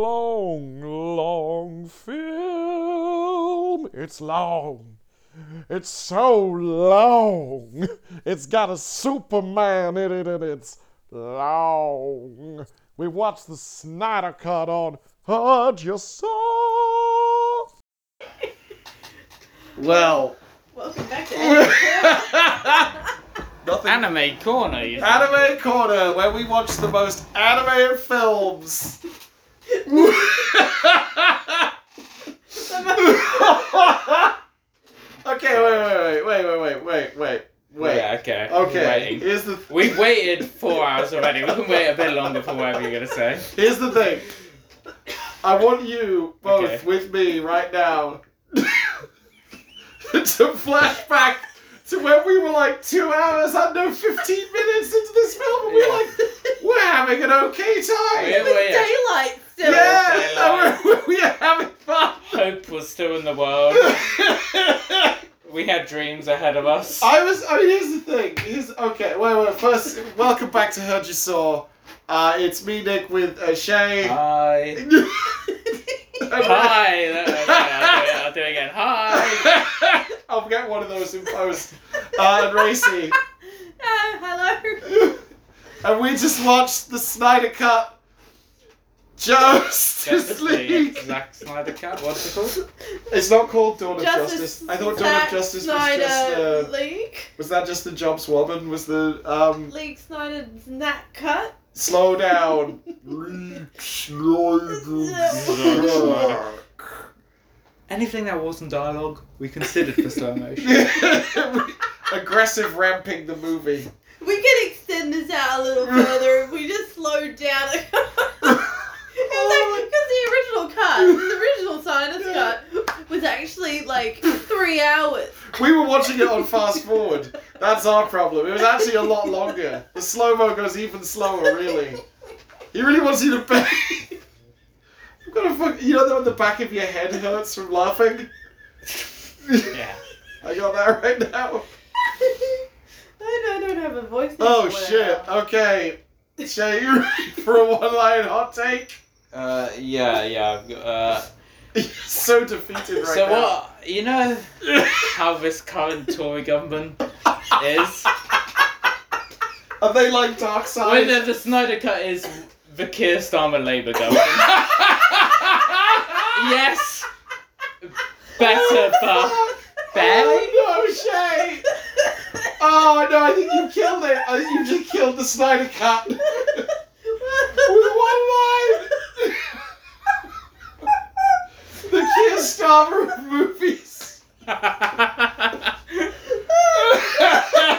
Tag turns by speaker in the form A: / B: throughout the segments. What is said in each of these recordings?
A: long, long film. It's long. It's so long. It's got a Superman in it and it's long. We watched the Snyder Cut on Heard Your Soul.
B: Well,
C: Welcome back to Anime
B: nothing.
D: Anime corner. You know.
B: Anime Corner, where we watch the most animated films. okay, wait, wait, wait, wait, wait, wait, wait, wait.
D: Yeah, okay. We're
B: Okay,
D: waiting.
B: here's the th-
D: We've waited four hours already. We can wait a bit longer for whatever you're gonna say.
B: here's the thing. I want you both
D: Okay.
B: with me right now to flash back to when we were like two hours and no fifteen minutes into this film, and we
D: Yeah.
B: we're like, we're having an okay time.
D: Yeah,
C: with
D: well, yeah.
C: daylight still.
B: Yeah,
D: Okay,
B: no, we're, we're having fun.
D: Hope was still in the world. We had dreams ahead of us.
B: I was. I mean, here's the thing. Here's okay. Wait, wait. First, welcome back to Heard You Saw. Uh, it's me, Nick, with uh, Shay.
D: Hi. Hi. That- okay, I'll, do it. I'll do it again. Hi.
B: I'll get one of those in post. Uh, and Racy.
C: Oh, hello.
B: and we just watched the Snyder Cut. Justice,
D: Justice
B: League.
D: League. Zack Snyder Cut. What's it called?
B: It's not called Dawn of Justice.
C: Justice.
B: I thought Dawn
C: Zack
B: of Justice
C: Snyder,
B: was just. Uh,
C: League.
B: was that just the Jobs woman? Was the um,
C: League Snyder's Nat Cut.
B: Slow down.
D: Anything that wasn't dialogue, we considered for slow motion.
B: Aggressive ramping the movie.
C: We can extend this out a little further if we just slow down. Because the original cut, the original Snyder's
B: Oh. Yeah.
C: cut, was actually like three hours.
B: We were watching it on fast forward. That's our problem. It was actually a lot longer. The slow mo goes even slower, really. He really wants you to pay. I've got a fuck. You know when the back of your head hurts from laughing?
D: Yeah.
B: I got that right now.
C: I don't, I don't have a voice.
B: Oh
C: anymore.
B: shit. Okay. Shay, you ready for a one line hot take?
D: Uh, yeah, yeah. I've got, uh,
B: You're so defeated right
D: so
B: now.
D: what? You know how this current Tory government is?
B: Are they like dark
D: Whether
B: side?
D: the Snyder Cut is the Keir Starmer Labour government. yes. Better, but barely.
B: Oh no, Shay! Oh no, I think you killed it. I think you just killed the Snyder Cut with one line. the Keir Starmer of movies.
D: Uh,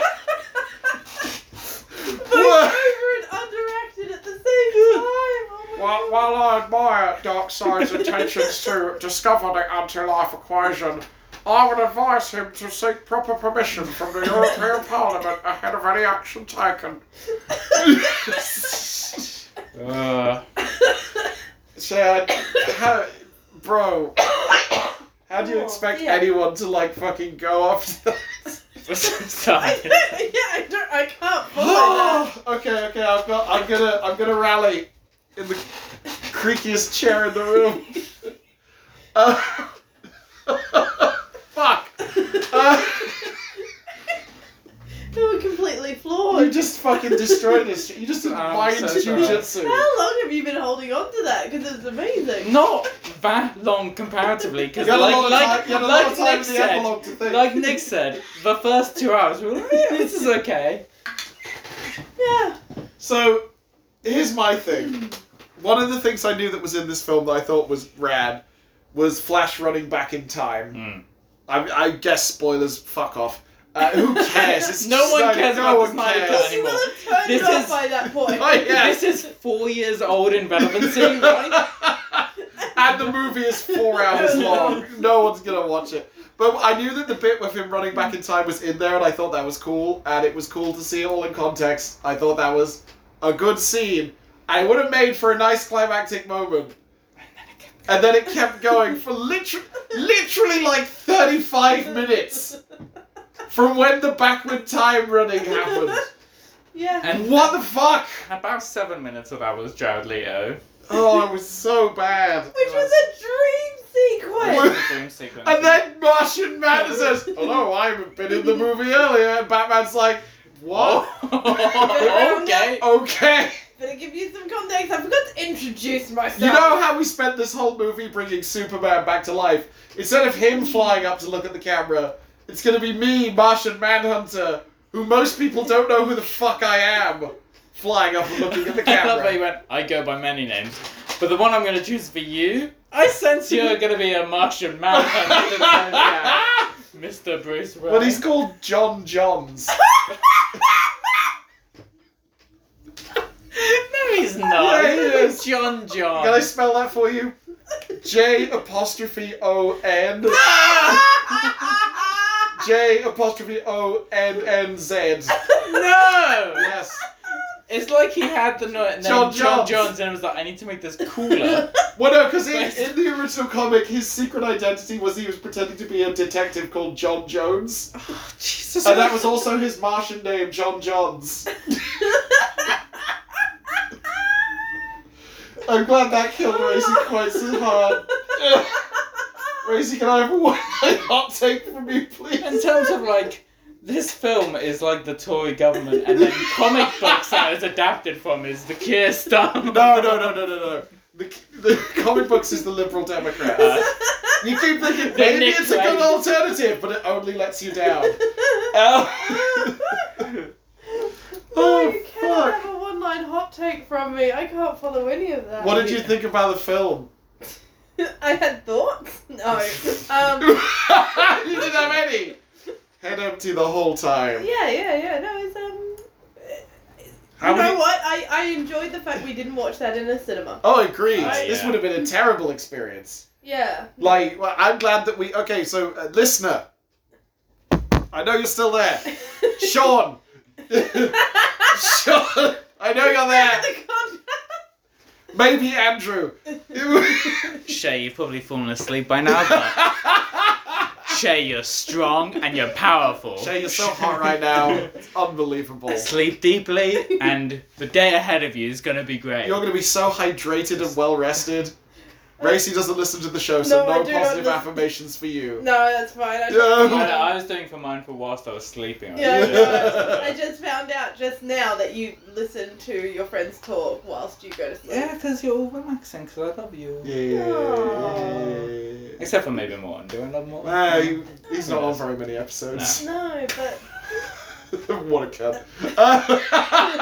C: Both over and underacted at the same time. Oh my
B: While, while I admire Dark Side's intentions to discover the anti-life equation, I would advise him to seek proper permission from the European Parliament ahead of any action taken.
D: Uh,
B: Chad, how, bro, how do you
C: Oh,
B: expect
C: dear.
B: anyone to like fucking go after that?
D: sorry.
C: yeah, I don't. I can't follow that.
B: okay, okay, I've got, I'm gonna, I'm gonna rally in the creakiest chair in the room. Uh, fuck. Uh,
C: You were completely
B: you
C: flawed.
B: just fucking destroyed this. You just
D: I'm
B: mined
D: so sorry.
B: jujitsu.
C: How long have you been holding on to that? Because it's amazing.
D: Not that long comparatively,
B: You
D: because
B: had a lot of
D: like,
B: time,
D: like,
B: you had a lot of
D: like
B: time
D: Nick
B: in the
D: said,
B: epilogue to think.
D: Like Nick said, the first two hours we were like, "Yeah, this is okay.
C: Yeah.
B: So, here's my thing. One of the things I knew that was in this film that I thought was rad was Flash running back in time.
D: Hmm.
B: I, I guess spoilers. Fuck off. Uh, who cares? It's
D: No one
B: Snyder-
D: cares
B: no
D: about
B: one
D: the Snyder
B: cares.
D: Cut
C: You
D: anymore.
C: will have turned
D: This
C: it off
D: is-
C: by that point.
B: Oh, yeah.
D: This is four years old in relevancy, right?
B: and the movie is four hours long. No one's gonna watch it. But I knew that the bit with him running back in time was in there, and I thought that was cool. And it was cool to see it all in context. I thought that was a good scene. I would have made for a nice climactic moment. And then it kept going for literally, literally like 35 minutes from when the backward time running happened.
C: Yeah.
D: And
B: What the fuck?
D: About seven minutes of that was Jared Leto.
B: Oh, I was so
D: sequence.
B: And then Martian Manhunter says, "Hello, I've been in the movie earlier." And Batman's like, "What?
D: Oh, okay.
B: okay."
C: But to give you some context, I forgot to introduce myself.
B: You know how we spent this whole movie bringing Superman back to life? Instead of him flying up to look at the camera, it's gonna be me, Martian Manhunter, who most people don't know who the fuck I am, flying up and looking at the
D: I love that you
B: camera.
D: went, I go by many names. But the one I'm going to choose for you, I sense you're going to be a Martian Manhunter. yeah. Mr. Bruce Wayne.
B: But he's called John Johns.
D: No, he's not.
B: Yeah, he
D: He's
B: is.
D: John John.
B: Can I spell that for you? J apostrophe O N.
D: Ah!
B: J apostrophe O N N Z.
D: No!
B: Yes.
D: It's like he had the no- name
B: John
D: John,
B: Johns.
D: Johns and was like, I need to make this cooler.
B: Well, no, because in, in the original comic, his secret identity was he was pretending to be a detective called John Jones,
D: Jesus.
B: and Oh, that was also his Martian name, John Johns. I'm glad that killed Racy quite so hard. Racy, can I have one hot take from you,
D: In
B: please?
D: terms of like, this film is like the Tory government, and then comic books that it's adapted from is the Keir Starmer.
B: No, no, no, no, no, no. The, the comic books is the Liberal Democrat. You keep thinking
D: The
B: maybe
D: Nick
B: it's a good
D: Drake.
B: alternative, but it only lets you down.
D: Oh.
C: No,
B: Oh,
C: you
B: fuck.
C: cannot have a one line hot take from me. I can't follow any of that.
B: What did you think about the film?
C: I had thoughts? No. Um,
B: you didn't have any. Head empty the whole time.
C: yeah, yeah, yeah. No, it's, um.
B: How
C: you know
B: many-
C: what? I, I enjoyed the fact we didn't watch that in a cinema.
B: Oh, agreed.
D: Oh,
B: This
D: yeah.
B: would have been a terrible experience.
C: Yeah.
B: Like, well, I'm glad that we. Okay, so uh, listener, I know you're still there, Sean. Sean, I know you're there.
C: The context.
B: Maybe Andrew.
D: Shay, you've probably fallen asleep by now, but Shay, you're strong and you're powerful.
B: Shay, you're so hot right now. It's unbelievable.
D: Sleep deeply, and the day ahead of you is gonna be great.
B: You're going to be so hydrated and well rested. Racy doesn't listen to the show, so
C: No, I
B: no,
C: do not
B: positive
C: listen.
B: affirmations for you.
C: No, that's fine. I
B: No.
C: just,
D: I, I was doing for mindful whilst I was sleeping.
C: yeah, I know. I
B: Yeah.
C: just found out just now that you listen to your friends talk whilst you go to sleep.
D: because you're all relaxing, because I love you.
B: Yeah.
D: Except for maybe Morton. Do I love Morton?
B: Nah, he- he's not on very many episodes.
C: No, but
B: what a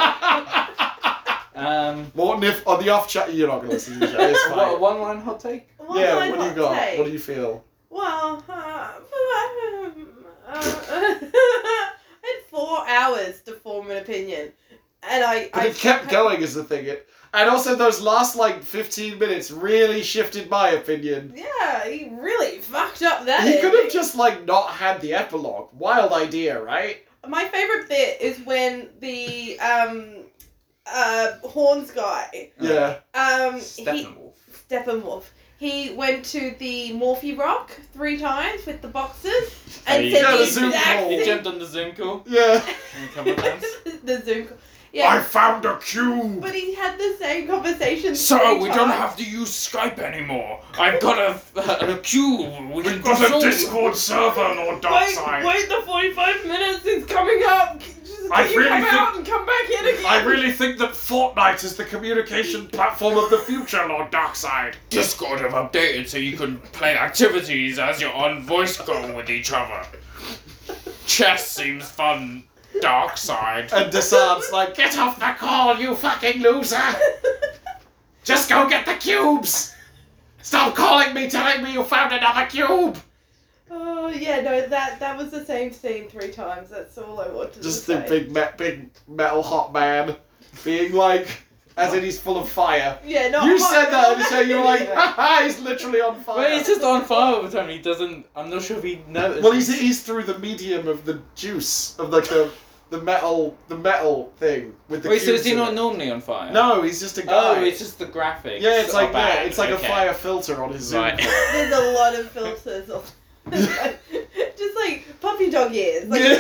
B: cunt.
D: Um,
B: Morton, if on the off chat, you're not going to listen to the show. It's fine.
D: what, one line hot take?
C: one
B: yeah,
C: line
B: what do you
C: hot
B: got?
C: take.
B: What do you feel?
C: Well, uh, um, uh, I had four hours to form an opinion, and I.
B: But
C: I
B: it kept going, is the thing. It, and also, those last like 15 minutes really shifted my opinion.
C: Yeah, he really fucked up that.
B: He could
C: ending.
B: have just like not had the epilogue. Wild idea, right?
C: My favorite bit is when the um, uh, horns guy,
B: Yeah.
C: um, he,
D: Steppenwolf.
C: Steppenwolf. He went to the Morphe Rock three times with the boxes
D: Oh,
C: and
D: you
C: said
B: got
C: the
B: a Zoom
C: exact
B: call.
D: He
B: He
C: same.
D: jumped on the Zoom call.
B: Yeah.
C: the Zoom call. Yeah,
B: found a cube.
C: but he had the same conversation.
D: Sir,
C: three
D: we don't
C: times.
D: have to use Skype anymore. I've got a, a, cube. We can control-
B: server on
C: Wait, wait, the 45 minutes is coming up. Just
B: I
C: can you
B: really
C: come
B: think-
C: out and come back in again.
B: I really think that Fortnite is the communication platform of the future, Lord Darkseid.
D: Discord have updated so you can play activities as you're on voice call with each other. Chess seems fun. Dark side.
B: And Desan's like, get off the call, you fucking loser! Just go get the cubes! Stop calling me, telling me you found another cube!
C: Oh yeah, no, that that was the same scene three times. That's all I wanted
B: Just
C: to
B: the
C: say.
B: big, me- big metal hot man being like, as in he's full of fire.
C: Yeah, no.
B: You
C: hot-
B: said that on the show, you were like, haha, he's literally on fire.
D: But he's just on fire all the time. He doesn't. I'm not sure if he noticed.
B: Well, he's he's through the medium of the juice of like the the metal the metal thing with the.
D: Wait, so is
B: cubes
D: he
B: in
D: not
B: it.
D: normally on fire?
B: No, he's just a guy.
D: Oh, it's just the graphics.
B: yeah, it's
D: are
B: like yeah,
D: bad.
B: it's like
D: Okay.
B: a fire filter on his Zoom.
D: Right.
C: There's a lot of filters. on- Just like puppy dog ears. Like you
B: Yeah.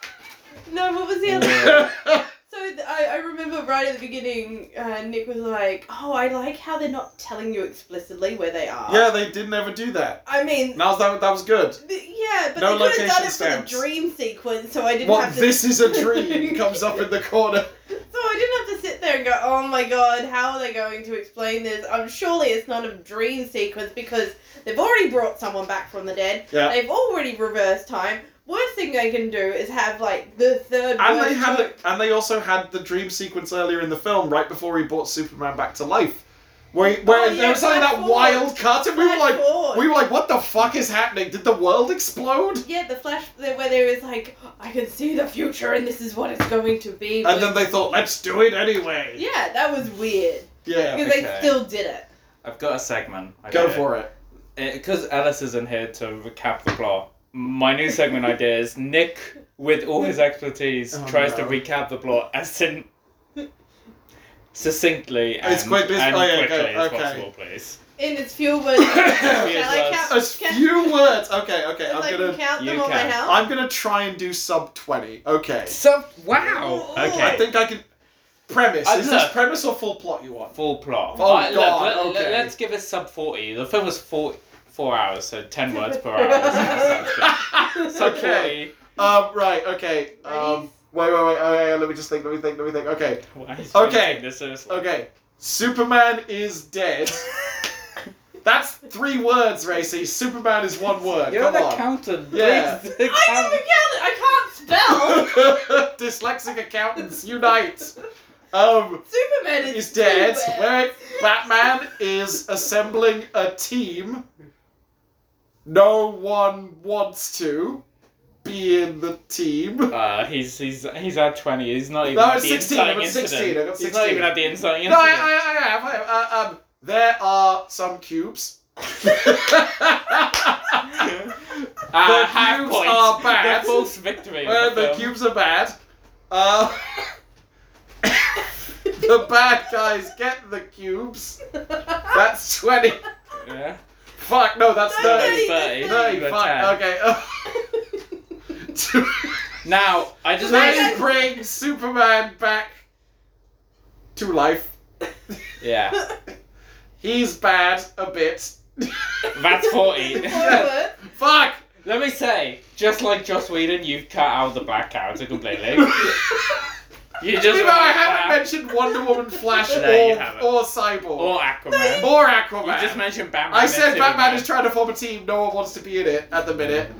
C: go. No, what was the other?
B: call.
C: So th- I, I remember right at the beginning, uh, Nick was like, "Oh, I like how they're not telling you explicitly where they are."
B: Yeah, they didn't ever do that.
C: I mean,
B: Now that that was good.
C: th- yeah, but
B: No
C: they could have done
B: location
C: it
B: stamps.
C: for the dream sequence, so I didn't
B: What
C: have to.
B: this is a dream comes up in the corner.
C: So I didn't have to sit there and go, oh my god, how are they going to explain this? Um, surely it's not a dream sequence because they've already brought someone back from the dead.
B: Yeah.
C: They've already reversed time. Worst thing they can do is have like the third.
B: And
C: worst
B: they had
C: joke.
B: it, and they also had the dream sequence earlier in the film, right before he brought Superman back to life. Where, he- where
C: Oh, yeah,
B: there was like
C: flash
B: that
C: forward.
B: wild cut, and we were
C: Flash
B: like,
C: forward.
B: we were like, what the fuck is happening? Did the world explode?
C: Yeah, the flash the- where there was like, I can see the future and this is what it's going to be.
B: And
C: was-
B: then they thought, let's do it anyway.
C: yeah, that was weird
B: Yeah.
C: because they
D: okay.
C: still did it.
D: I've got a segment. I
B: Go for it.
D: it. Because Alice isn't here to recap the plot, my new segment idea is Nick, with all his expertise,
B: Oh,
D: tries to
B: no.
D: recap the plot as sin- succinctly and,
B: As quick as-
D: and
B: oh, yeah,
D: quickly
B: go-
D: as
B: okay.
D: possible, please.
C: In its few words. Shall I
D: Yes,
C: count?
B: As few words. Okay, okay.
C: If I
B: I'm
C: can
B: gonna,
C: count them
D: you
C: on my
D: can.
C: house.
B: I'm gonna try and do sub twenty. Okay.
D: So, wow!
C: Oh,
D: Okay.
B: I think I can. Premise.
D: I-
B: Is this
D: look.
B: premise or full plot you want?
D: Full plot.
B: Oh,
D: Uh,
B: God,
D: let,
B: okay.
D: us give it sub 40. The film was four, four hours, so 10 words per hour. sub
B: okay.
D: 40.
B: Um, right, okay. Um,
C: Ready?
B: wait, wait, wait, oh, yeah, yeah, let me just think, let me think, let me think. Okay,
D: Why is he
B: Okay.
D: taking This seriously?
B: okay. Superman is dead. That's three words, Racy. Superman is one word.
D: You're
B: Come
D: the
B: on.
D: accountant.
B: Yeah.
D: Please, the
C: I don't
D: count-
C: count it. I can't spell.
B: Dyslexic accountants unite. Um,
C: Superman is,
B: is dead.
C: two
B: Wait,
C: words.
B: Batman is assembling a team. No one wants to be in the team.
D: Uh, he's he's he's at twenty. He's not even.
B: No,
D: at
B: it's
D: the
B: 16,
D: inciting
B: I'm at
D: incident.
B: 16, I'm at
D: He's not
B: 16.
D: even at the inciting
B: No, I,
D: incident.
B: I, I have. I have. Uh, um, there are some cubes.
D: uh,
B: the
D: Ah, half
B: cubes
D: point.
B: are bad.
D: The false victory. of
B: Where the
D: film.
B: cubes are bad. Uh, the bad guys get the cubes. That's 20.
D: Yeah.
B: Fuck, no, that's
C: No,
D: That
B: 30.
D: is
C: Thirty.
D: thirty.
B: Thirty,
D: You were
B: fine,
D: 10.
B: okay. uh, to-
D: Now I just want
B: they
D: to.
B: bring Superman back to life.
D: Yeah.
B: He's bad a bit.
D: That's forty.
C: Four words.
B: Fuck!
D: Let me say, just like Joss Whedon, you've cut out the black character completely. You just
B: you know,
D: want
B: I
D: Aquaman
B: haven't mentioned Wonder Woman, Flash,
D: No, you
B: or,
D: haven't.
B: or Cyborg.
D: or Aquaman.
B: Or Aquaman.
D: You just mentioned Batman.
B: I
D: and
B: said Batman
D: Superman.
B: is trying to form a team, no one wants to be in it at the minute.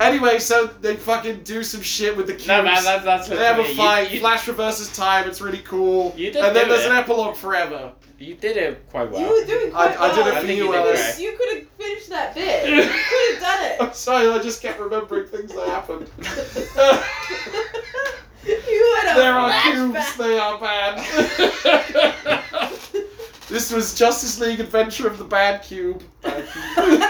B: Anyway, so they fucking do some shit with the cubes.
D: No man, that's that's
B: they have a
D: literally-
B: fight,
D: You, you,
B: Flash reverses time, it's really cool.
D: You did
B: and then
D: do
B: there's
D: it.
B: an epilogue forever.
D: you did it quite well.
C: You were doing
B: I,
C: quite
B: I did
C: well.
B: it
D: I
B: for
D: think you
B: you,
D: did
B: Alice.
D: great.
C: You could have finished that bit. You could have done
B: I'm sorry, I just kept remembering things that happened.
C: it. you had a
B: there are cubes,
C: flashback.
B: they are bad. this was Justice League Adventure of the Bad Cube. Bad Cube.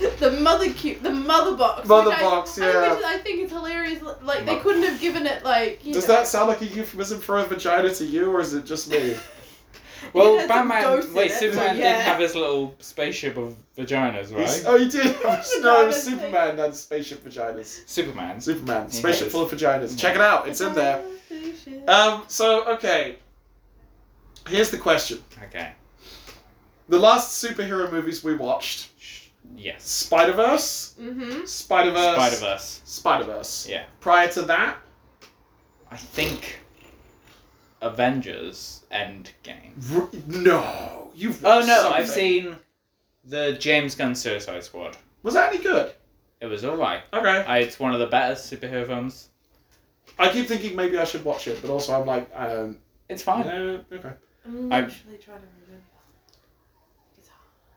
C: the mother cube, the mother box.
B: Mother
C: which I-
B: box,
C: I,
B: yeah.
C: Which I think is hilarious. Like they
D: Mother-
C: couldn't have given it like. You
B: Does
C: know.
B: that sound like a euphemism for a vagina to you, or is it just me?
C: It
D: Well,
C: has some
D: Batman.
C: ghosts in
D: Wait,
C: it,
D: Superman
C: so
D: did
C: yeah.
D: have his little spaceship of vaginas,
B: He's-
D: right?
B: Oh, you did. no, it was
C: Vagina
B: Superman and spaceship vaginas.
D: Superman's.
B: Superman,
D: Yeah.
B: spaceship full of vaginas. Check it out. It's in there.
C: Conversation.
B: Um. So okay. Here's the question:
D: Okay.
B: The last superhero movies we watched:
D: Sh- Yes.
B: Spider Verse,
C: Mhm.
B: Spider Verse,
D: Spider Verse.
B: Spider Verse.
D: Yeah.
B: Prior to that,
D: I think. Avengers Endgame.
B: r- no, you've.
D: Oh
B: watched
D: no,
B: something.
D: I've seen the James Gunn Suicide Squad.
B: Was that any good?
D: It was alright.
B: Okay.
D: I, it's one of the better superhero films.
B: I keep thinking maybe I should watch it, but also I'm like, I don't.
D: It's fine.
B: No, okay.
C: I'm
D: I'm-
C: actually trying to remember.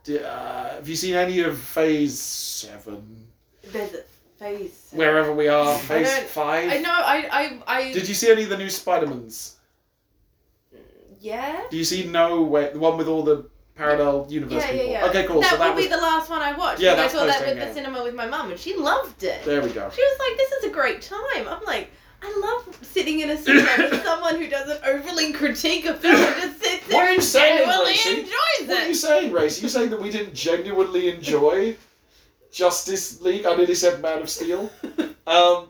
B: D- uh, have you seen any of Phase Seven?
C: There's a face.
B: Wherever we are,
D: I
B: Phase
C: don't-
B: Five.
C: I know. I. I. I.
B: Did you see any of the new Spider-Mans?
C: yeah.
B: Do you see No Way, the one with all the parallel universe
C: Yeah, yeah,
B: people?
C: yeah.
B: Okay, cool.
C: That
B: so that
C: would
B: was
C: be the last one I watched.
B: Yeah,
C: Yeah, I
B: that's
C: saw that
B: Thursday
C: at the
B: night.
C: cinema with my mum, and she loved it.
B: there we go.
C: She was like, "This is a great time." I'm like, "I love sitting in a cinema with someone who doesn't overly critique a film and just sits
B: What are
C: there
B: you
C: and
B: saying,
C: genuinely
B: Lucy?
C: enjoys
B: What are you
C: it."
B: saying, Race? Are you saying that we didn't genuinely enjoy Justice League? I nearly said Man of Steel. Um,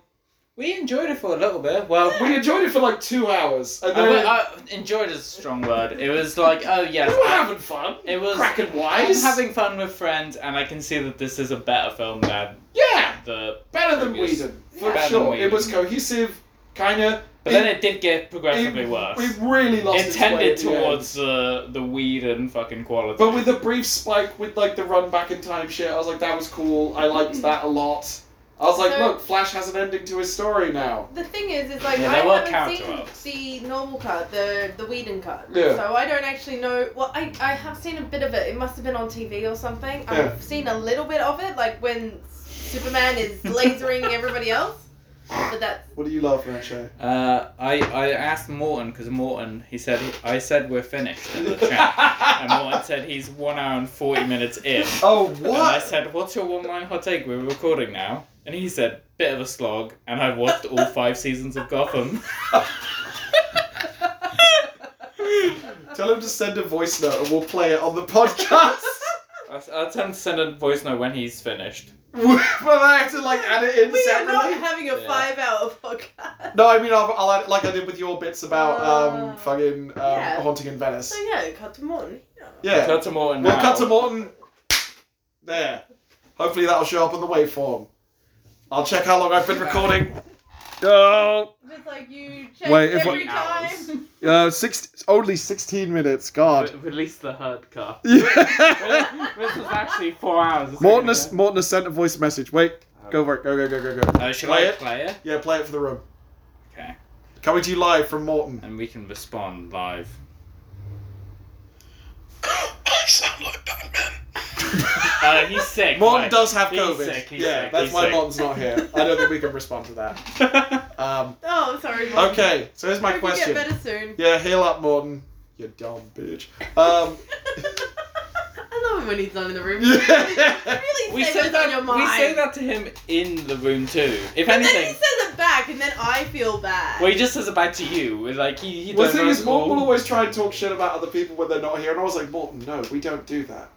D: We enjoyed it for a little bit. Well, we
B: Uh, We enjoyed it for like two hours, and
D: I,
B: then
D: I enjoyed is a strong word. It was like, oh
B: we
D: yes,
B: were
D: I-
B: having fun.
D: it was.
B: Cracking
D: I'm
B: wise.
D: having fun with friends, and I can see that this is a better film than
B: yeah,
D: the.
B: better than
D: previous-
B: Whedon for
D: Better than
B: sure.
D: Whedon.
B: It was cohesive, kind of.
D: But then it did get progressively worse.
B: We really lost
D: it
B: its way
D: tended
B: at the end.
D: towards uh, the weed and fucking quality.
B: But with the brief spike with like the run back in time shit, I was like, that was cool. I liked that a lot. I was like,
C: Mm. So-
B: look, Flash has an ending to his story now.
C: The thing is, is like
D: Yeah,
C: I
D: there were
C: haven't seen
D: character arcs.
C: the normal cut, the the Whedon cut.
B: Yeah.
C: So I don't actually know. Well, I, I have seen a bit of it. It must have been on TV or something.
B: Yeah.
C: I've seen a little bit of it, like when Superman is lasering everybody else. But that's
B: What do you love, Rancho?
D: Uh, I, I asked Morton because Morton he said I said we're finished in the chat, and Morton
B: oh
D: said he's one hour and forty minutes in. And I
B: what?
D: said, "What's your one line hot take? We're recording now." And he said, "Bit of a slog," and I've watched all five seasons of Gotham.
B: Tell him to send a voice note and we'll play it on the podcast.
D: I'll, I'll tend to send a voice note when he's finished.
B: but I have to like add it in
C: we are
B: separately.
C: not having a
D: Yeah.
C: five-hour podcast.
B: No, I mean I'll, I'll add it like I did with your bits about um
C: Uh,
B: fucking um,
C: yeah.
B: haunting in Venice.
C: So yeah, cut them on. Yeah.
D: We'll
B: Yeah,
D: cut to Morton
B: we'll
D: now.
B: cut to Morton. There. Hopefully that'll show up on the waveform. I'll check how long I've been recording. Oh,
C: Just like you change
B: Wait, if
C: every time.
D: Hours.
B: uh, six, only 16 minutes. God.
D: Re- Release the herd car.
B: Yeah.
D: this was actually four hours.
B: Morton has, Morton has sent a voice message. Wait, go for it. Go, go, go, go, go.
D: Uh, should
B: Play
D: I
B: it.
D: play it?
B: Yeah, play it for the room.
D: Okay.
B: Coming to you live from Morton.
D: And we can respond live.
E: I sound like Batman.
D: Uh, he's sick.
B: Morton
D: like-
B: does have
D: he's
B: COVID.
D: sick, he's
B: yeah,
D: sick,
B: that's
D: he's
B: why
D: sick.
B: Morton's not here. I don't think we can respond to that. Um,
C: Oh, sorry. Mom.
B: okay, so here's my
C: Hope You
B: question.
C: get better soon.
B: Yeah, heal up, Morton. You dumb bitch. Um,
C: I love it when he's not in the room.
B: Yeah.
C: Really
D: we
C: say
D: say
C: what's on your
D: that.
C: mind.
D: We say that to him in the room too. If
C: And then he
D: anything,
C: says it back, and then I feel bad.
D: well, he just says it back to you. It's Like he. he
B: Well, the
D: does
B: thing is,
D: us
B: Morton will
D: all-
B: always try and talk shit about other people when they're not here, and I was like, Morton, no, we don't do that.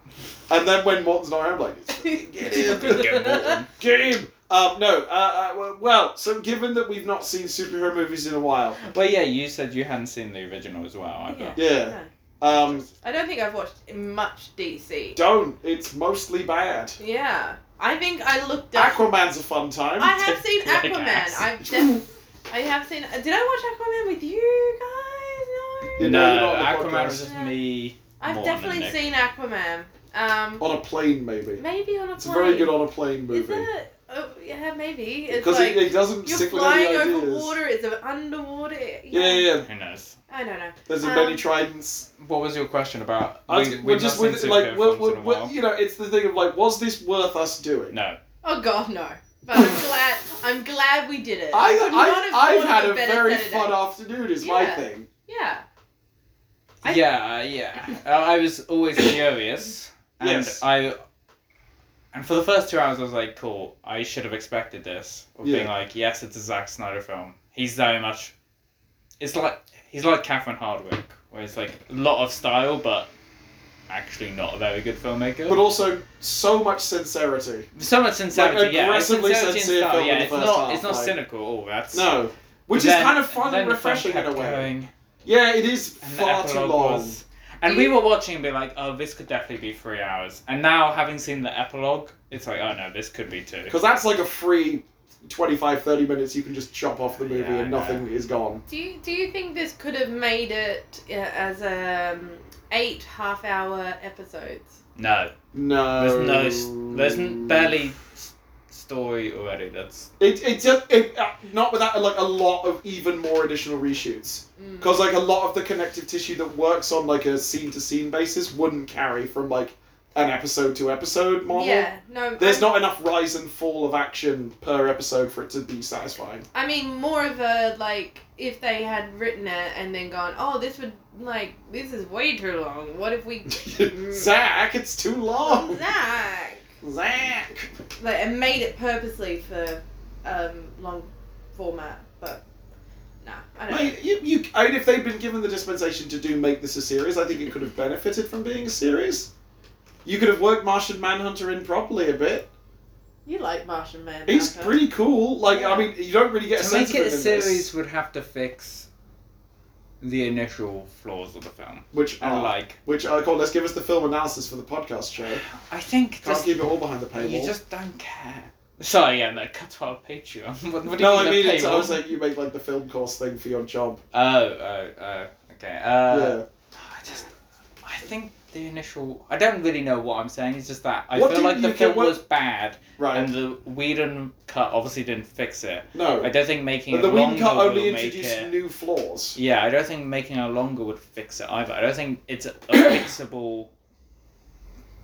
B: And then when Morton's not here, I'm like, it's
D: Get Morton.
B: game. Um, no, uh, uh, well, so given that we've not seen superhero movies in a while,
D: Well, yeah, you said you hadn't seen the original as well. I
C: Yeah.
D: bet.
B: yeah,
C: No.
B: um,
C: I don't think I've watched much DC.
B: don't. It's mostly bad.
C: Yeah, I think I looked up.
B: Aquaman's a fun time.
C: I have seen
D: Like
C: Aquaman.
D: ass.
C: I've def- I have seen. Did I watch Aquaman with you guys? No.
B: Yeah,
D: No,
B: no, you're not on the
D: Aquaman was
B: podcast.
D: just
C: Yeah.
D: me.
C: I've
D: Morning,
C: definitely
D: Nick.
C: seen Aquaman. Um,
B: On a plane, maybe.
C: maybe on a plane.
B: It's a very good on a plane
C: Is
B: movie.
C: it? Oh, yeah, maybe. It's
B: Because
C: like
B: it, it doesn't
C: you're
B: stick with
C: flying
B: any
C: over
B: ideas.
C: water. It's an underwater. Yeah.
B: Yeah, yeah, yeah.
D: Who knows?
C: I don't know.
B: There's a
C: Um,
B: many tridents.
D: What was your question about?
B: I was-
D: We- we've
B: we're
D: not
B: just
D: seen
B: with like,
D: superhero
B: we're,
D: films in
B: we're,
D: a
B: we're,
D: while.
B: you know, it's the thing of like, was this worth us doing?
D: No.
C: Oh God, no. But I'm glad. I'm glad we did it.
B: I,
C: could not have
B: I, I've
C: thought of
B: had a
C: better
B: very
C: Saturday.
B: fun afternoon, is my
C: Yeah.
B: thing.
C: Yeah. I-
D: Yeah, yeah. Uh, I was always curious, and
B: Yes.
D: I. And for the first two hours, I was like, "Cool, I should have expected this." Of being
B: Yeah.
D: like, "Yes, it's a Zack Snyder film. He's very much." It's like he's like Catherine Hardwick, where it's like a lot of style, but actually not a very good filmmaker.
B: But also, so much sincerity.
D: so much sincerity, yeah. it's
B: aggressively
D: sincerity and
B: sincere
D: style,
B: film in
D: yeah.
B: the
D: It's
B: first
D: not,
B: half,
D: it's not
B: like-
D: cynical. at all. that's
B: No. Which
D: Then-
B: is kind of fun
D: then
B: and
D: the film
B: refreshing in a
D: kept
B: way.
D: going.
B: Yeah, it is
D: And
B: far
D: the
B: too
D: epilogue
B: long.
D: was- And we were watching and be like, oh, this could definitely be three hours. And now, having seen the epilogue, it's like, oh no, this could be two.
B: Because that's like a free 25, 30 minutes you can just chop off the movie
D: Yeah, I
B: and nothing is gone.
C: Do you, do you think this could have made it uh, as um, eight half hour episodes?
D: No,
B: No.
D: there's no, s- there's n- barely s- story already. That's
B: It, it just, it, uh, not without like a lot of even more additional reshoots.
C: Mm.
B: Because like a lot of the connective tissue that works on like a scene to scene basis wouldn't carry from like an episode to episode model.
C: Yeah, no.
B: There's
C: I,
B: not enough rise and fall of action per episode for it to be satisfying.
C: I mean, more of a like if they had written it and then gone, oh, this would like this is way too long. What if we? Mm,
B: Zach, it's too long.
C: Zach.
B: Zach.
C: Like and made it purposely for um, long format, but nah, I don't. know.
B: Mate, you, you, I mean, if they'd been given the dispensation to do make this a series, I think it could have benefited from being a series. You could have worked Martian Manhunter in properly a bit.
C: You like Martian Man?
B: He's
C: Parker.
B: pretty cool. Like, I mean, you don't really get a
D: To
B: sense
D: make it a
B: of him in this,
D: series, would have to fix the initial flaws of the film.
B: which
D: And
B: are
D: like,
B: which are called. Let's give us the film analysis for the podcast show.
D: I think
B: Can't
D: just,
B: keep it all behind the paywall.
D: you just don't care. Sorry, yeah, no, cut our Patreon. what, what do
B: no,
D: you
B: I mean,
D: a
B: it's, I
D: paywall?
B: was like, you make like the film course thing for your job.
D: Oh, oh, oh. Okay. Uh,
B: yeah.
D: I just, I think the initial. I don't really know what I'm saying. It's just that I
B: What
D: feel
B: do
D: like
B: you
D: the
B: think-
D: film
B: what-
D: was bad,
B: Right.
D: and the Whedon cut obviously didn't fix it.
B: no.
D: I don't think making
B: But the
D: it
B: Whedon
D: longer
B: cut only
D: will make
B: introduced
D: it.
B: new flaws.
D: Yeah, I don't think making it longer would fix it either. I don't think it's a, a fixable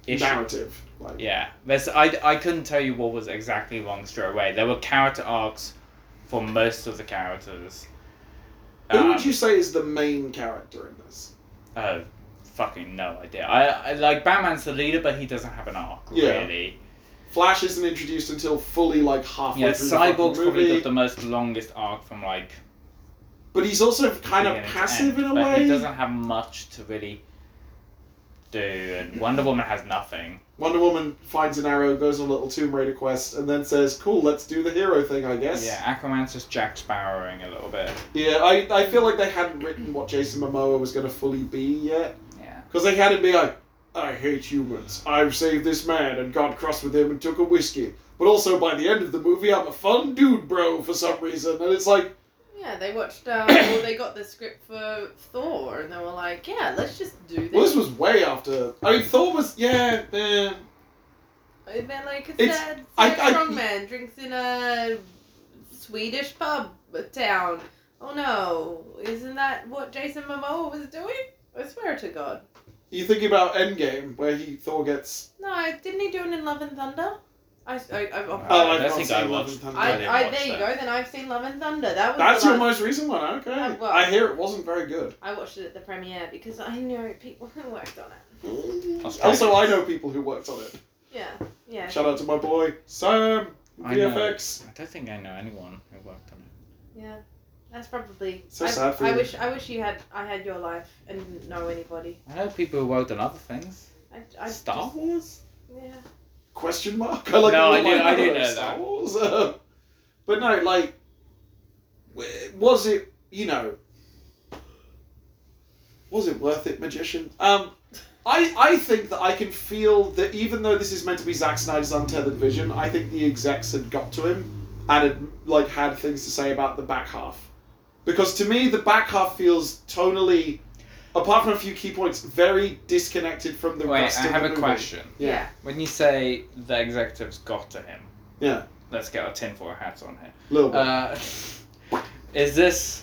D: issue.
B: Narrative. Like,
D: Yeah, there's I I couldn't tell you what was exactly wrong straight away. There were character arcs for most of the characters.
B: Who
D: Um,
B: would you say is the main character in this?
D: Oh, fucking no idea. I, I like Batman's the leader, but he doesn't have an arc
B: Yeah.
D: really.
B: Flash isn't introduced until fully like halfway
D: Yeah,
B: through
D: Cyborg's
B: the fucking
D: probably
B: movie,
D: got the most longest arc from like
B: but he's also kind of
D: beginning to
B: passive
D: end,
B: in a
D: but He
B: way.
D: doesn't have much to really do, and Wonder Woman has nothing.
B: Wonder Woman finds an arrow, goes on a little Tomb Raider quest, and then says, "Cool, let's do the hero thing, I guess."
D: Yeah, Aquaman's just Jack Sparrowing a little bit.
B: Yeah, I, I feel like they hadn't written what Jason Momoa was going to fully be yet.
D: Yeah.
B: Because they had him be like, I hate humans. I've saved this man and got cross with him and took a whiskey. But also by the end of the movie, I'm a fun dude, bro, for some reason. And it's like,
C: Yeah, they watched. Um, well, they got the script for Thor, and they were like, "Yeah, let's just do
B: well, this
C: this."
B: was way after. I mean, Thor was, yeah, eh.
C: And then, like, a
B: It's-
C: sad,
B: I-
C: sad
B: I-
C: strong man drinks in a Swedish pub town. Oh no! Isn't that what Jason Momoa was doing? I swear to God.
B: You think about Endgame, where he Thor gets.
C: No, didn't he do it in Love and Thunder? I, I, I,
D: Uh,
B: Oh,
D: I
B: I've
D: don't
B: not
D: think
B: seen
D: I
B: Love
D: watched.
B: and Thunder.
D: I
C: I,
D: didn't
C: I,
D: watch
C: there you
D: that.
C: go. Then I've seen Love and Thunder. That was
B: That's
C: the
B: your
C: last-
B: most recent one, okay.
C: Oh, Uh, well-
B: I hear it wasn't very good.
C: I watched it at the premiere because I know people who worked on it.
B: Also, I know people who worked on it.
C: Yeah, yeah.
B: Shout out to my boy, Sam,
D: I know.
B: VFX.
D: I don't think I know anyone who worked on it.
C: Yeah, that's probably.
B: So
C: I,
B: sad for
C: I
B: you.
C: wish I wish you had I had your life and didn't know anybody.
D: I know people who worked on other things.
C: I, I
D: Star Wars.
C: Yeah.
B: question mark. I like
D: No,
B: the
D: I did-
B: like,
D: I did
B: oh,
D: know
B: Star
D: that.
B: Wars. Uh, but no, like, w- was it you know, was it worth it, magician? Um, I I think that I can feel that even though this is meant to be Zack Snyder's untethered vision, I think the execs had got to him and had like had things to say about the back half, because to me the back half feels tonally. Apart from a few key points, very disconnected from the
D: Wait, I
B: rest of
D: have
B: the
D: a
B: movie.
D: question.
B: Yeah.
D: When you say the executives got to him,
B: Yeah.
D: let's get our tinfoil hats on here.
B: Little bit.
D: Uh, is this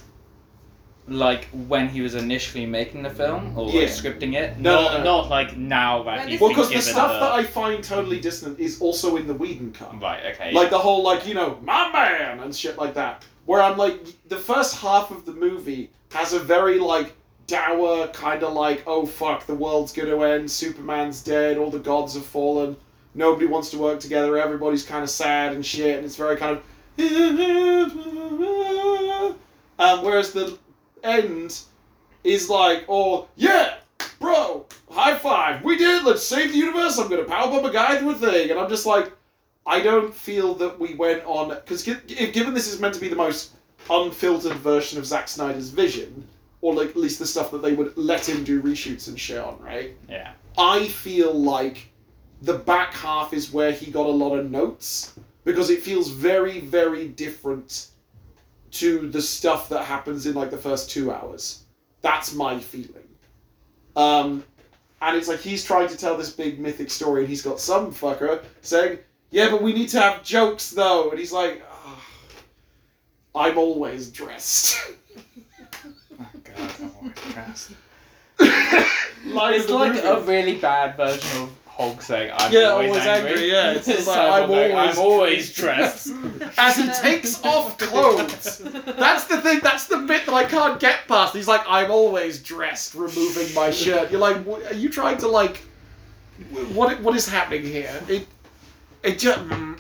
D: like when he was initially making the film or like,
B: Yeah.
D: scripting it?
B: No,
D: not,
B: no, no.
D: not like now that
C: Well,
D: he's
C: this-
B: Well,
D: been
B: because the
D: given
B: stuff
D: the-
B: that I find totally dissonant is also in the Whedon cut.
D: Right. Okay.
B: Like the whole, like, you know, my man and shit like that. Where I'm like, the first half of the movie has a very, like, dour kind of like, oh fuck, the world's gonna end, Superman's dead, all the gods have fallen, nobody wants to work together, everybody's kind of sad and shit, and it's very kind of. Um, whereas the end is like, oh, yeah, bro, high five, we did it, let's save the universe, I'm gonna power bomb a guy through a thing. And I'm just like, I don't feel that we went on, because if given this is meant to be the most unfiltered version of Zack Snyder's vision, or like at least the stuff that they would let him do reshoots and shit on, right?
D: Yeah.
B: I feel like the back half is where he got a lot of notes because it feels very, very different to the stuff that happens in like the first two hours. That's my feeling. Um, and it's like he's trying to tell this big mythic story, and he's got some fucker saying, "Yeah, but we need to have jokes though," and he's like, "Ah, "I'm always dressed."
D: Oh, God, I'm already cast.
B: Line of
D: it's
B: the
D: like
B: movie.
D: a really bad version of Hulk saying, "I'm
B: Yeah,
D: always,
B: always
D: angry.
B: angry, yeah. It's just like,
D: Cyborg
B: I'm
D: going,
B: always-
D: I'm always dressed.
B: as he takes off clothes. That's the thing. That's the bit that I can't get past. He's like, I'm always dressed, removing my shirt. You're like, what, are you trying to like, wh- what what is happening here? It it just mm.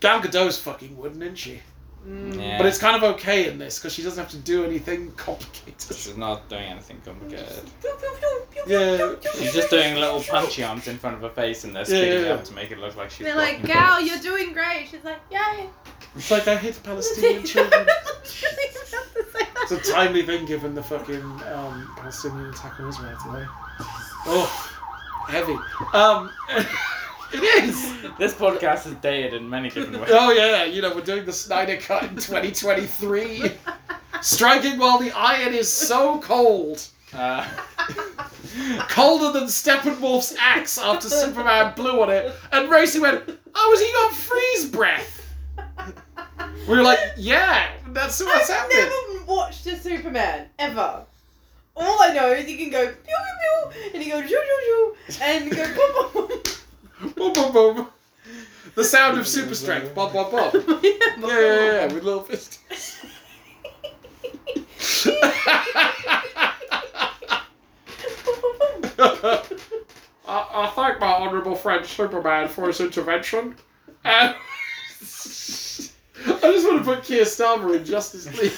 B: Gal Gadot's fucking wooden, isn't she?
C: Mm.
D: Yeah.
B: But it's kind of okay in this because she doesn't have to do anything complicated.
D: She's not doing anything complicated.
C: Pew, pew, pew, pew,
B: Yeah.
C: pew, pew,
D: She's just doing little punchy arms in front of her face and they're speeding
B: yeah, yeah.
D: up to make it look like she's.
C: They're like,
D: blocking
C: "Gal,
D: bullets."
C: you're doing great." She's like, "Yay!"
B: It's like I hit Palestinian children. It's a timely thing given the fucking um, Palestinian attack on Israel today. Oh, heavy. Um, it is.
D: This podcast is dated in many different ways.
B: Oh yeah, you know we're doing the Snyder Cut in 2023. Striking while the iron is so cold,
D: Uh,
B: colder than Steppenwolf's axe after Superman blew on it, and Racy went, "Oh, was he on freeze breath?" We were like, "Yeah, that's what's
C: I've
B: happening."
C: never watched a Superman ever. All I know is he can go pew pew pew, and he goes shoo shoo shoo, and go boom boom.
B: Boom, boom, boom. The sound of super strength. Bob, bob, bob.
C: boom.
B: Yeah, yeah, yeah, with little fist. I, I thank my honourable friend Superman for his intervention. And I just want to put Keir Starmer in Justice League.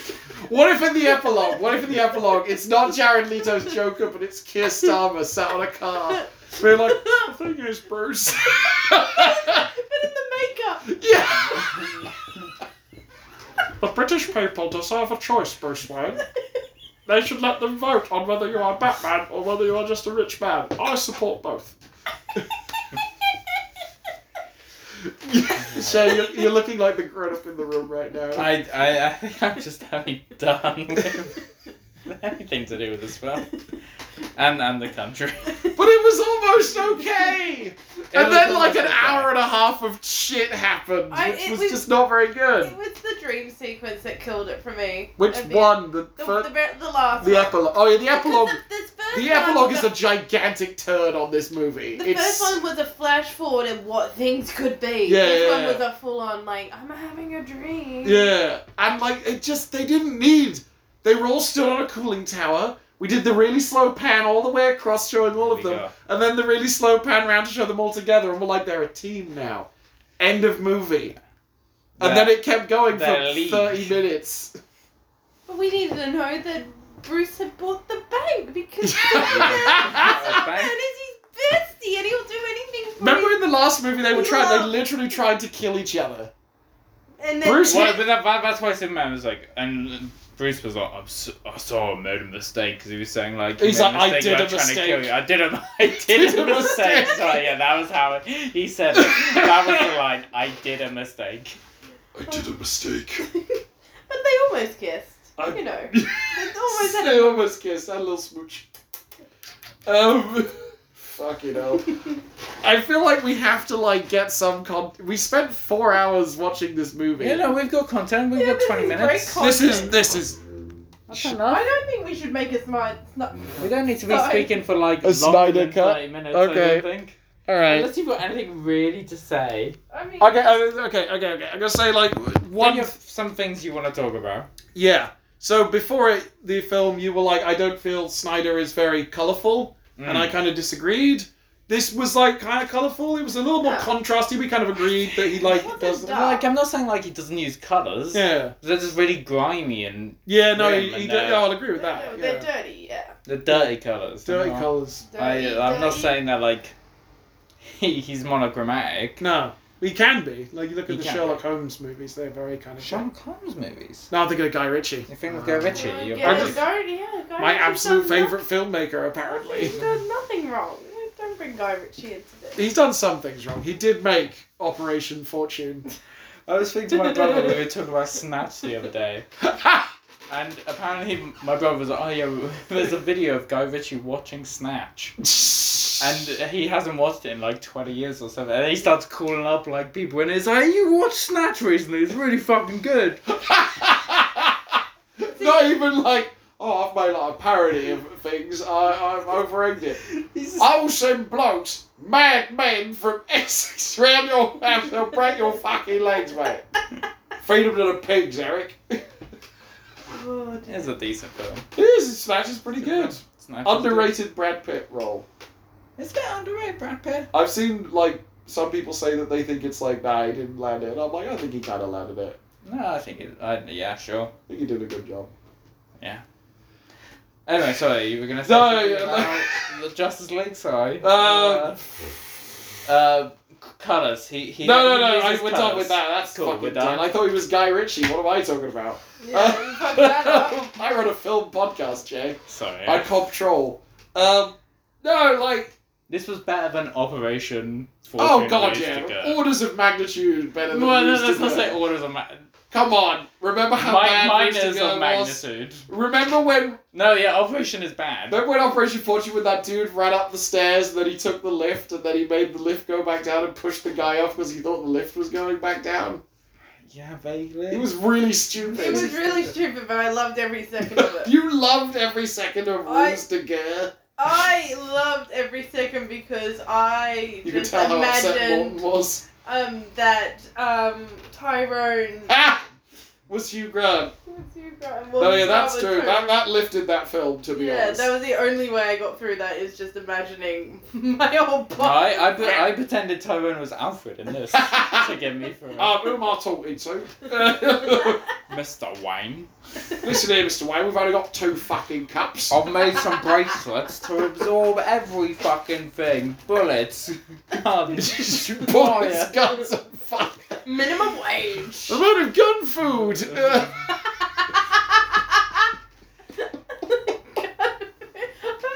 B: What if in the epilogue? What if in the epilogue it's not Jared Leto's Joker, but it's Keir Starmer sat on a car, being like, "I think it's Bruce."
C: But in the makeup.
B: yeah. The British people deserve a choice, Bruce Wayne. They should let them vote on whether you are Batman or whether you are just a rich man. I support both. so you're, you're looking like the grown up in the room right now.
D: I, I, I think I'm just having done with anything to do with this film. And, and the country.
B: But it was almost okay!
D: It
B: and
D: was
B: then, like,
D: almost
B: an
D: okay.
B: hour and a half of shit happened,
C: I-
B: which
C: it
B: was,
C: was-
B: just not very good.
C: It was the dream sequence that killed it for me.
B: Which
C: At the-
B: one? The,
C: The,
B: fir-
C: the, ver- the last.
B: the
C: one.
B: epilogue. Oh, yeah, the
C: Because
B: epilogue.
C: The, this first
B: The
C: one
B: epilogue
C: was
B: is a gigantic turn on this movie.
C: The
B: it's,
C: first one was a flash forward of what things could be.
B: Yeah,
C: this
B: yeah,
C: one
B: yeah.
C: was a full on like I'm having a dream.
B: Yeah, and like it just they didn't need. They were all stood on a cooling tower. We did the really slow pan all the way across, showing all of
D: We
B: them,
D: go.
B: and then the really slow pan round to show them all together, and we're like, they're a team now. End of movie. And
D: They're-
B: then it kept going for
D: they're a league.
B: thirty minutes.
C: But we needed to know that Bruce had bought the bank because Batman
D: Bank.
C: is his bestie and he'll do anything for
B: Remember
C: him.
B: in the last movie they were trying,
C: Yeah.
B: they literally tried to kill each other.
C: And then
B: Bruce
D: Well,
B: hit,
D: but that, that- that's why Superman was like, and Bruce was like, I'm so, I saw I made a mistake because he was saying like, you
B: He's
D: made
B: like, "I did
D: by
B: a
D: trying to kill
B: mistake."
D: you. I did a, I did a mistake. So yeah, that was how he said it. That was the line. I did a mistake.
E: I did a mistake.
C: and they almost kissed.
B: I-
C: You know.
B: they
C: almost had
B: they almost kissed. Had a little smooch. Um, fucking hell. I feel like we have to like get some con. We spent four hours watching this movie.
D: Yeah, no, we've got content. We've
C: Yeah,
D: got
C: this
D: 20
C: is great
D: minutes.
C: con-
B: this is this is.
D: That's
C: I
D: enough.
C: don't think we should make his mind. Not,
D: We don't need to be
C: Sorry.
D: speaking for like
B: A
D: longer
B: Snyder
D: than
B: cut?
D: 30 minutes.
B: Okay.
D: I don't think.
B: All right.
D: Unless you've got anything really to say.
C: I mean,
B: Okay. uh, Okay. Okay. Okay. I'm gonna say like
D: One
B: one.
D: of some things you want to talk about.
B: Yeah. So before it, the film, you were like, I don't feel Snyder is very colorful.
D: Mm.
B: and I kind of disagreed. This was like kind of colorful. It was a little more
C: Yeah.
B: contrasty. We kind of agreed that he like
C: Wasn't
B: does.
C: dark.
D: like I'm not saying like he doesn't use colors.
B: Yeah,
D: They're just really grimy and
B: yeah, no,
D: Yeah,
B: he, he
D: and,
B: did-
D: uh,
B: I'll agree with
C: they're,
B: that.
C: they're
B: Yeah.
C: dirty, yeah.
D: the dirty colors.
B: Dirty colors.
C: Dirty,
D: I, I'm not
C: dirty.
D: saying that like he, he's monochromatic.
B: No, he can be. Like you look at
D: He
B: the
D: can
B: Sherlock Holmes movies; they're very kind of.
D: Sean Combs movies.
B: No, I'm thinking of Guy Ritchie.
D: You think of Guy Ritchie?
C: Yeah,
D: You're
B: I'm
C: yeah,
D: probably-
B: just-
C: Gar- yeah, Guy
B: My
C: Ritchie's
B: absolute
C: done
B: favorite filmmaker,
C: nothing-
B: apparently.
C: He's done nothing wrong. Don't bring Guy Ritchie into this.
B: He's done some things wrong. He did make Operation Fortune.
D: I was speaking to my brother. We were talking about Snatch the other day, and apparently he- my brother was like, "Oh yeah, there's a video of Guy Ritchie watching Snatch." And he hasn't watched it in like 20 years or something. And then he starts calling up like people and it's like, you watched Snatch recently, it's really fucking good.
B: Not even like, oh, I've made like a parody of things. I, I've overegged it.
D: He's just-
B: I will send blokes, mad men from Essex round your house. They'll break your fucking legs, mate. Feed them to the pigs, Eric.
C: Oh, dear.
D: It's a decent film.
B: It is. Snatch is pretty good.
D: Snatch is
B: Underrated Brad Pitt role.
D: good. It's a bit underrated, Brad Pitt.
B: I've seen like some people say that they think it's like, nah, he didn't land it. And I'm like, I think he kind of landed it.
D: No, I think it. I, yeah, sure.
B: I think you did a good job.
D: Anyway, sorry, you were gonna say
B: No,
D: something
B: yeah, no.
D: about the Justice League. Sorry.
B: Um,
D: uh, uh, colors. He he.
B: no, no,
D: he
B: no.
D: uses
B: I, we're
D: colours.
B: done with that. That's
D: Cool,
B: fucking
D: we're done.
B: done. I thought he was Guy Ritchie. What am I talking about?
C: Yeah, you fucked that up.
B: I run a film podcast, Jay.
D: Sorry.
B: I cop troll. Um, no, like,
D: This was better than Operation. 14
B: oh god,
D: Ways to
B: yeah,
D: Go.
B: orders of magnitude better than.
D: Well, no,
B: Ways to
D: let's not
B: Go.
D: say orders of ma-
B: Come on, remember how
D: mi-
B: bad Ways to
D: minors of
B: Go was?
D: magnitude.
B: Remember when?
D: No, yeah, Operation is bad.
B: Remember when Operation Fortune, when that dude ran up the stairs, and then he took the lift, and then he made the lift go back down and pushed the guy off because he thought the lift was going back down.
D: Yeah,
B: It
D: vaguely.
B: was really stupid.
C: It was really stupid, but I loved every second of it.
B: you loved every second of
C: I-
B: Rules de Guerre.
C: I loved every second because I
B: You could
C: just
B: tell how upset Morton
C: imagined
B: was.
C: um, that um, Tyrone.
B: Ah! Was Hugh Grant.
C: Oh
B: no, yeah, that's true. That, that lifted that film, to be
C: yeah,
B: honest.
C: that was the only way I got through that is just imagining my whole body.
D: No, I, I, pre- I pretended Tyrone was Alfred in this to get me through.
B: Um, who am I talking to?
D: Mr. Wayne.
B: Listen here, Mr. Wayne, we've only got two fucking cups.
D: I've made some bracelets to absorb every fucking thing. Bullets,
C: Oh,
D: guns,
B: Bullets,
D: fire.
B: guns, and fuck.
C: Minimum wage.
B: I'm out of gun food!
C: I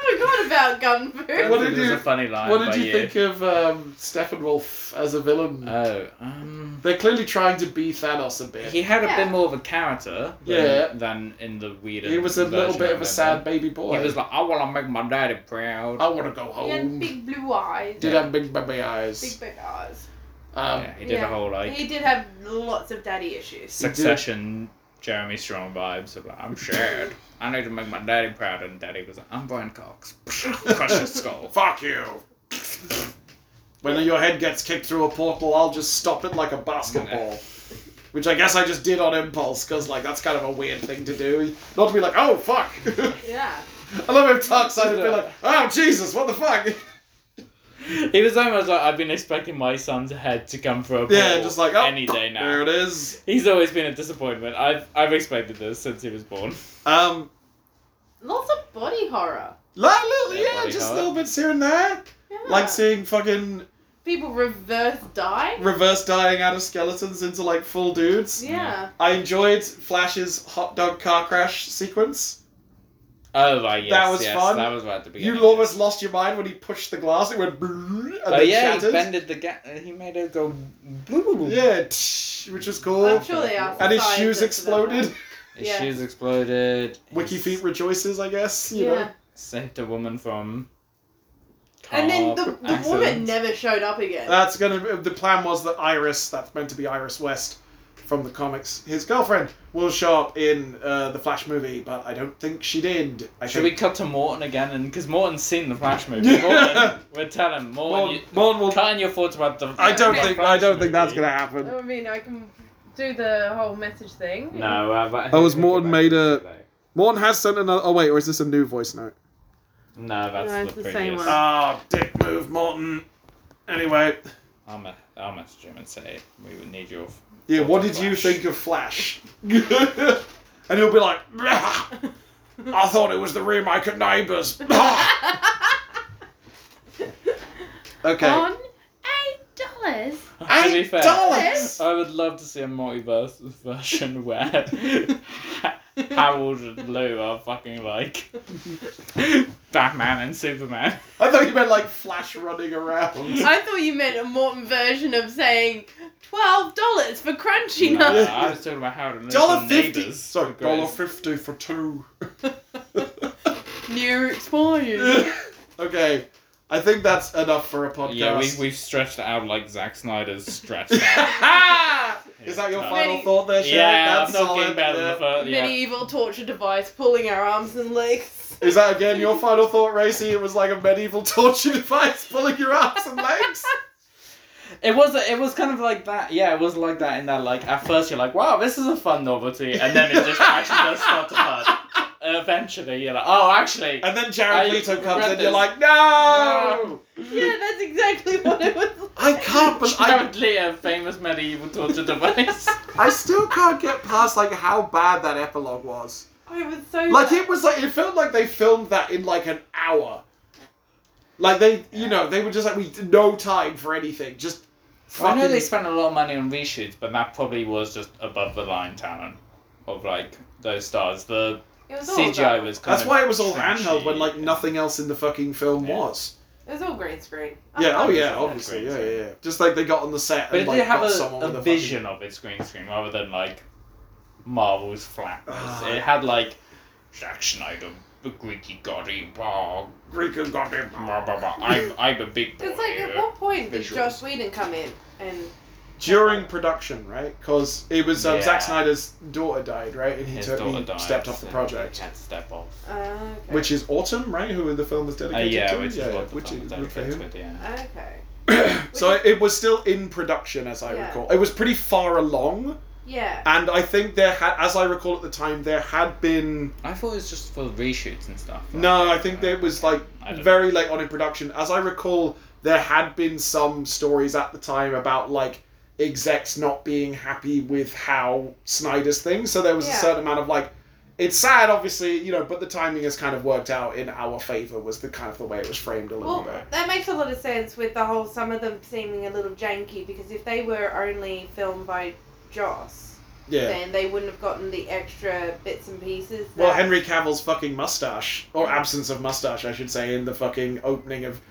C: forgot Oh, about gun food.
B: What did
D: It was
B: you-
D: a funny line
B: what
D: by
B: did you think of um, Steppenwolf as a villain?
D: Oh, um,
B: They're clearly trying to be Thanos a bit.
D: he had a
C: Yeah.
D: bit more of a character than,
B: Yeah.
D: than in the weirder.
B: He was a little
D: version
B: bit of
D: him,
B: a sad
D: though.
B: baby boy. Oh,
D: He was like, I want to make my daddy proud.
B: I want to go
C: He had
B: home.
C: big blue eyes.
B: Did have big baby eyes.
C: Big, big eyes.
B: Um,
D: yeah, he did
C: yeah.
D: a whole like
C: He did have lots of daddy issues.
D: Succession, Jeremy Strong vibes of like, I'm scared. I need to make my daddy proud, and daddy was like, I'm Brian Cox. Crush his skull.
B: Fuck you. When your head gets kicked through a portal, I'll just stop it like a basketball. Which I guess I just did on impulse, because, like, that's kind of a weird thing to do. Not to be like, oh, fuck.
C: Yeah.
B: I love him talks, I'd be like, oh, Jesus, what the fuck?
D: He was almost like, I've been expecting my son's head to come through a portal
B: Yeah, just like, oh,
D: any day now.
B: there it is.
D: He's always been a disappointment. I've I've expected this since he was born.
B: Um,
C: Lots of body horror.
B: like, little,
D: Yeah,
B: yeah,
D: bloody
B: just
D: hell.
B: little bits here and there.
C: Yeah.
B: Like seeing fucking
C: people reverse die.
B: reverse dying out of skeletons into, like, full dudes.
C: Yeah.
B: I enjoyed Flash's hot dog car crash sequence.
D: Oh right, yes,
B: That was
D: yes,
B: fun.
D: That was right at the beginning.
B: You almost lost your mind when he pushed the glass. It went brrrr, and
D: Oh
B: then
D: yeah, he
B: shattered.
D: bended the ga- uh, He made it go.
B: Yeah, tsh, which was
C: I'm
B: cool.
C: sure they are.
B: And his
C: surprised
B: shoes
C: as to them.
B: exploded.
D: His
C: Yeah.
D: shoes exploded.
B: Wiki
D: He
B: feet rejoices, I guess. You
C: Yeah.
B: know.
D: saved a woman from.
C: And then the,
D: car
C: the woman
D: accident.
C: never showed up again.
B: That's gonna. The plan was that Iris, that's meant to be Iris West from the comics, his girlfriend, will show up in uh, the Flash movie, but I don't think she did. I
D: Should we
B: think.
D: cut to Morton again? And because Morton's seen the Flash movie,
B: Yeah.
D: Morton, we're telling Morton,
B: Morton,
D: you,
B: Morton will.
D: cut in your thoughts about the.
B: I don't
D: the
B: think.
D: Flash
B: I don't think that's
D: movie.
B: gonna happen.
C: I mean, I can do the whole message thing.
D: No, uh, but
B: That was Oh, Morton made a- Morton has sent another. Oh wait, or is this a new voice note?
D: No, that's the,
C: No, it's the same
D: previous.
C: one.
B: Ah, dick move, Morton. Anyway.
D: I'm a, I'm a Jim and say we would need your.
B: Yeah,
D: Or
B: what
D: the
B: did you
D: Flash.
B: think of Flash? and he'll be like, "Rah, I thought it was the remake of Neighbours. okay.
C: On eight dollars.
D: to be fair,
B: dollars?
D: I would love to see a multiverse version where Harold and Lou are fucking like Batman and Superman.
B: I thought you meant like Flash running around.
C: I thought you meant a Morton version of saying twelve dollars for Crunchy
D: No,
C: Nut.
D: I was talking about Harold and Lou.
B: Dollar
D: from
B: fifty.
D: Neighbours.
B: Sorry,
D: Great.
B: dollar fifty for two.
C: New expired.
B: okay, I think that's enough for a podcast.
D: Yeah, we, we've stretched it out like Zack Snyder's stretched out.
B: Is that your
D: Yeah.
B: final thought there, Sharon?
D: yeah,
B: that's
D: I'm not
B: solid.
D: getting better than the
B: yeah.
D: first. Yeah.
C: Medieval torture device pulling our arms and legs.
B: Is that again your final thought, Racy? It was like a medieval torture device pulling your arms and legs.
D: It was it was kind of like that. Yeah, it was like that in that like at first you're like, wow, this is a fun novelty, and then it just actually does start to hurt. Eventually, you're like, oh, actually,
B: And then
D: I
B: Jared Leto comes
D: regret
B: in, you're
D: this.
B: like, no!
C: Yeah, that's exactly what it was.
B: I
C: Like.
B: can't, but I,
D: Apparently a famous medieval torture device.
B: I still can't get past like how bad that epilogue was.
C: I was so
B: Like it was like it felt like they filmed that in like an hour. Like they, you know, they were just like we no time for anything. Just
D: I know
B: fucking-
D: they spent a lot of money on reshoots, but that probably was just above the line talent of like those stars. The
C: It was all
D: CGI
C: done.
D: was kind
B: That's
D: of
B: why it was all
D: trashy.
B: handheld when like nothing else in the fucking film
D: Yeah.
B: was.
C: It was all green screen.
B: Yeah, oh yeah,
D: all
B: obviously,
D: green
B: yeah, yeah,
D: screen.
B: yeah. Just like they got on the set
D: But it
B: and like
D: did have
B: got
D: a,
B: someone with
D: a
B: a
D: vision of its green screen rather than like Marvel's flatness.
B: Ah.
D: it had like
F: Zack Snyder, the Greeky Goddy, blah,
B: Fucking... Greek and goddamn.
F: blah, blah, blah. I'm, I'm a big boy.
C: It's like at
F: here.
C: what point did
F: Visuals.
C: Josh Whedon come in and
B: During production, right? Because it was um,
D: Yeah.
B: Zack Snyder's daughter died, right, and he
D: his
B: took
D: daughter
B: he
D: died,
B: stepped off
D: so
B: the
D: He
B: project,
D: had to step off.
C: uh, okay.
B: which is Autumn, right? Who the film was
D: Uh,
B: dedicated
D: yeah,
B: to?
D: which is what the
B: which
D: film
B: is
D: was
B: good for
D: dedicated
B: him.
D: to, yeah.
C: okay.
B: so it was still in production, as I
C: Yeah.
B: recall. It was pretty far along,
C: Yeah.
B: and I think there had, as I recall at the time, there had been
D: I thought it was just for reshoots and stuff.
B: No, I think that it was like
D: I don't
B: very late on in production. As I recall, there had been some stories at the time about like execs not being happy with how Snyder's thing. So there was a
C: Yeah.
B: certain amount of like, it's sad, obviously, you know, but the timing has kind of worked out in our favor. Was the kind of the way it was framed a little
C: Well,
B: bit.
C: that makes a lot of sense with the whole some of them seeming a little janky because if they were only filmed by Joss,
B: Yeah.
C: then they wouldn't have gotten the extra bits and pieces. That,
B: Well, Henry Cavill's fucking mustache, or absence of mustache, I should say, in the fucking opening of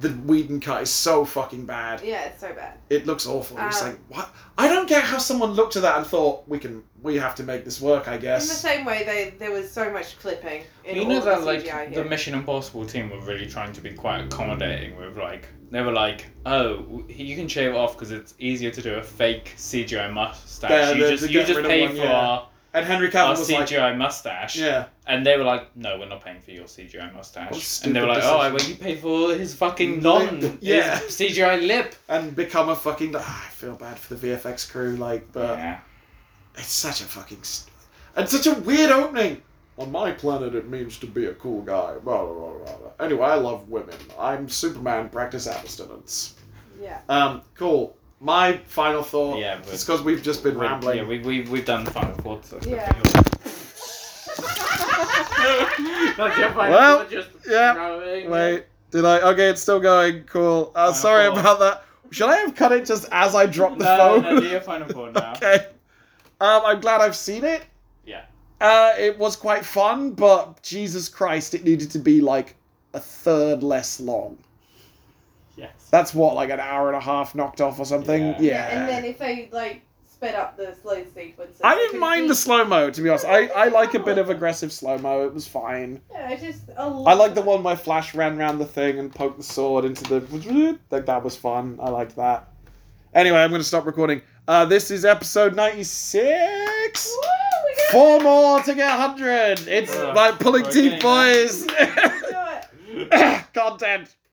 B: the Whedon cut is so fucking bad.
C: Yeah, it's so bad.
B: it looks awful. It's
C: Um,
B: like what? I don't get how someone looked at that and thought we can we have to make this work. I
C: In the
B: guess.
C: same way, they there was so much clipping. In
D: you
C: all
D: know
C: of
D: that
C: the
D: like
C: CGI
D: the
C: here.
D: Mission Impossible team were really trying to be quite accommodating with like they were like, oh, w- you can shave it off because it's easier to do a fake CGI mustache.
B: Yeah,
D: you
B: the-
D: just
B: the
D: you
B: get
D: just
B: rid of
D: pay
B: one,
D: for
B: yeah.
D: our,
B: And Henry
D: our
B: Cavill was like,
D: CGI mustache,
B: yeah,
D: and they were like, no, we're not paying for your CGI mustache.
B: What a
D: And they were like,
B: stupid
D: oh, I well,
B: decision.
D: you pay for his fucking
B: Lip,
D: non
B: yeah.
D: his CGI lip.
B: and become a fucking. Ah, I feel bad for the VFX crew, like, but
D: yeah.
B: it's such a fucking st- and such a weird opening. On my planet, it means to be a cool guy. Blah, blah, blah, blah, blah. Anyway, I love women. I'm Superman. Practice abstinence.
C: yeah.
B: Um, cool. My final thought.
D: Yeah, but-
B: it's because we've just been
D: We-
B: rambling.
D: Yeah, we, we, we've done the final thoughts. so-
C: Yeah.
D: That's your final
B: Well,
D: thought, just
B: yeah,
D: rambling.
B: Wait, did I? Okay, it's still going. Cool. Uh, sorry
D: thought.
B: about that. Should I have cut it just as I dropped the
D: No,
B: phone?
D: no, no, do your final thought now.
B: okay. Um, I'm glad I've seen it.
D: Yeah.
B: Uh, it was quite fun, but Jesus Christ, it needed to be like a third less long.
D: Yes.
B: That's what, like an hour and a half knocked off or something. Yeah.
D: Yeah.
C: And then if they like sped up the slow sequences,
B: I
C: it
B: didn't
C: could
B: mind
C: be-
B: the slow mo, to be honest. I, I like a bit of aggressive slow mo. It was fine.
C: Yeah, it's just a lot.
B: I like the one where Flash ran round the thing and poked the sword into the. Like that was fun. I liked that. Anyway, I'm going to stop recording. Uh, this is episode 96.
C: Woo, we got
B: Four more to get 100. It's
D: Yeah.
B: like pulling
D: We're
B: teeth,
D: getting there.
B: boys.
C: to do it.
B: Content.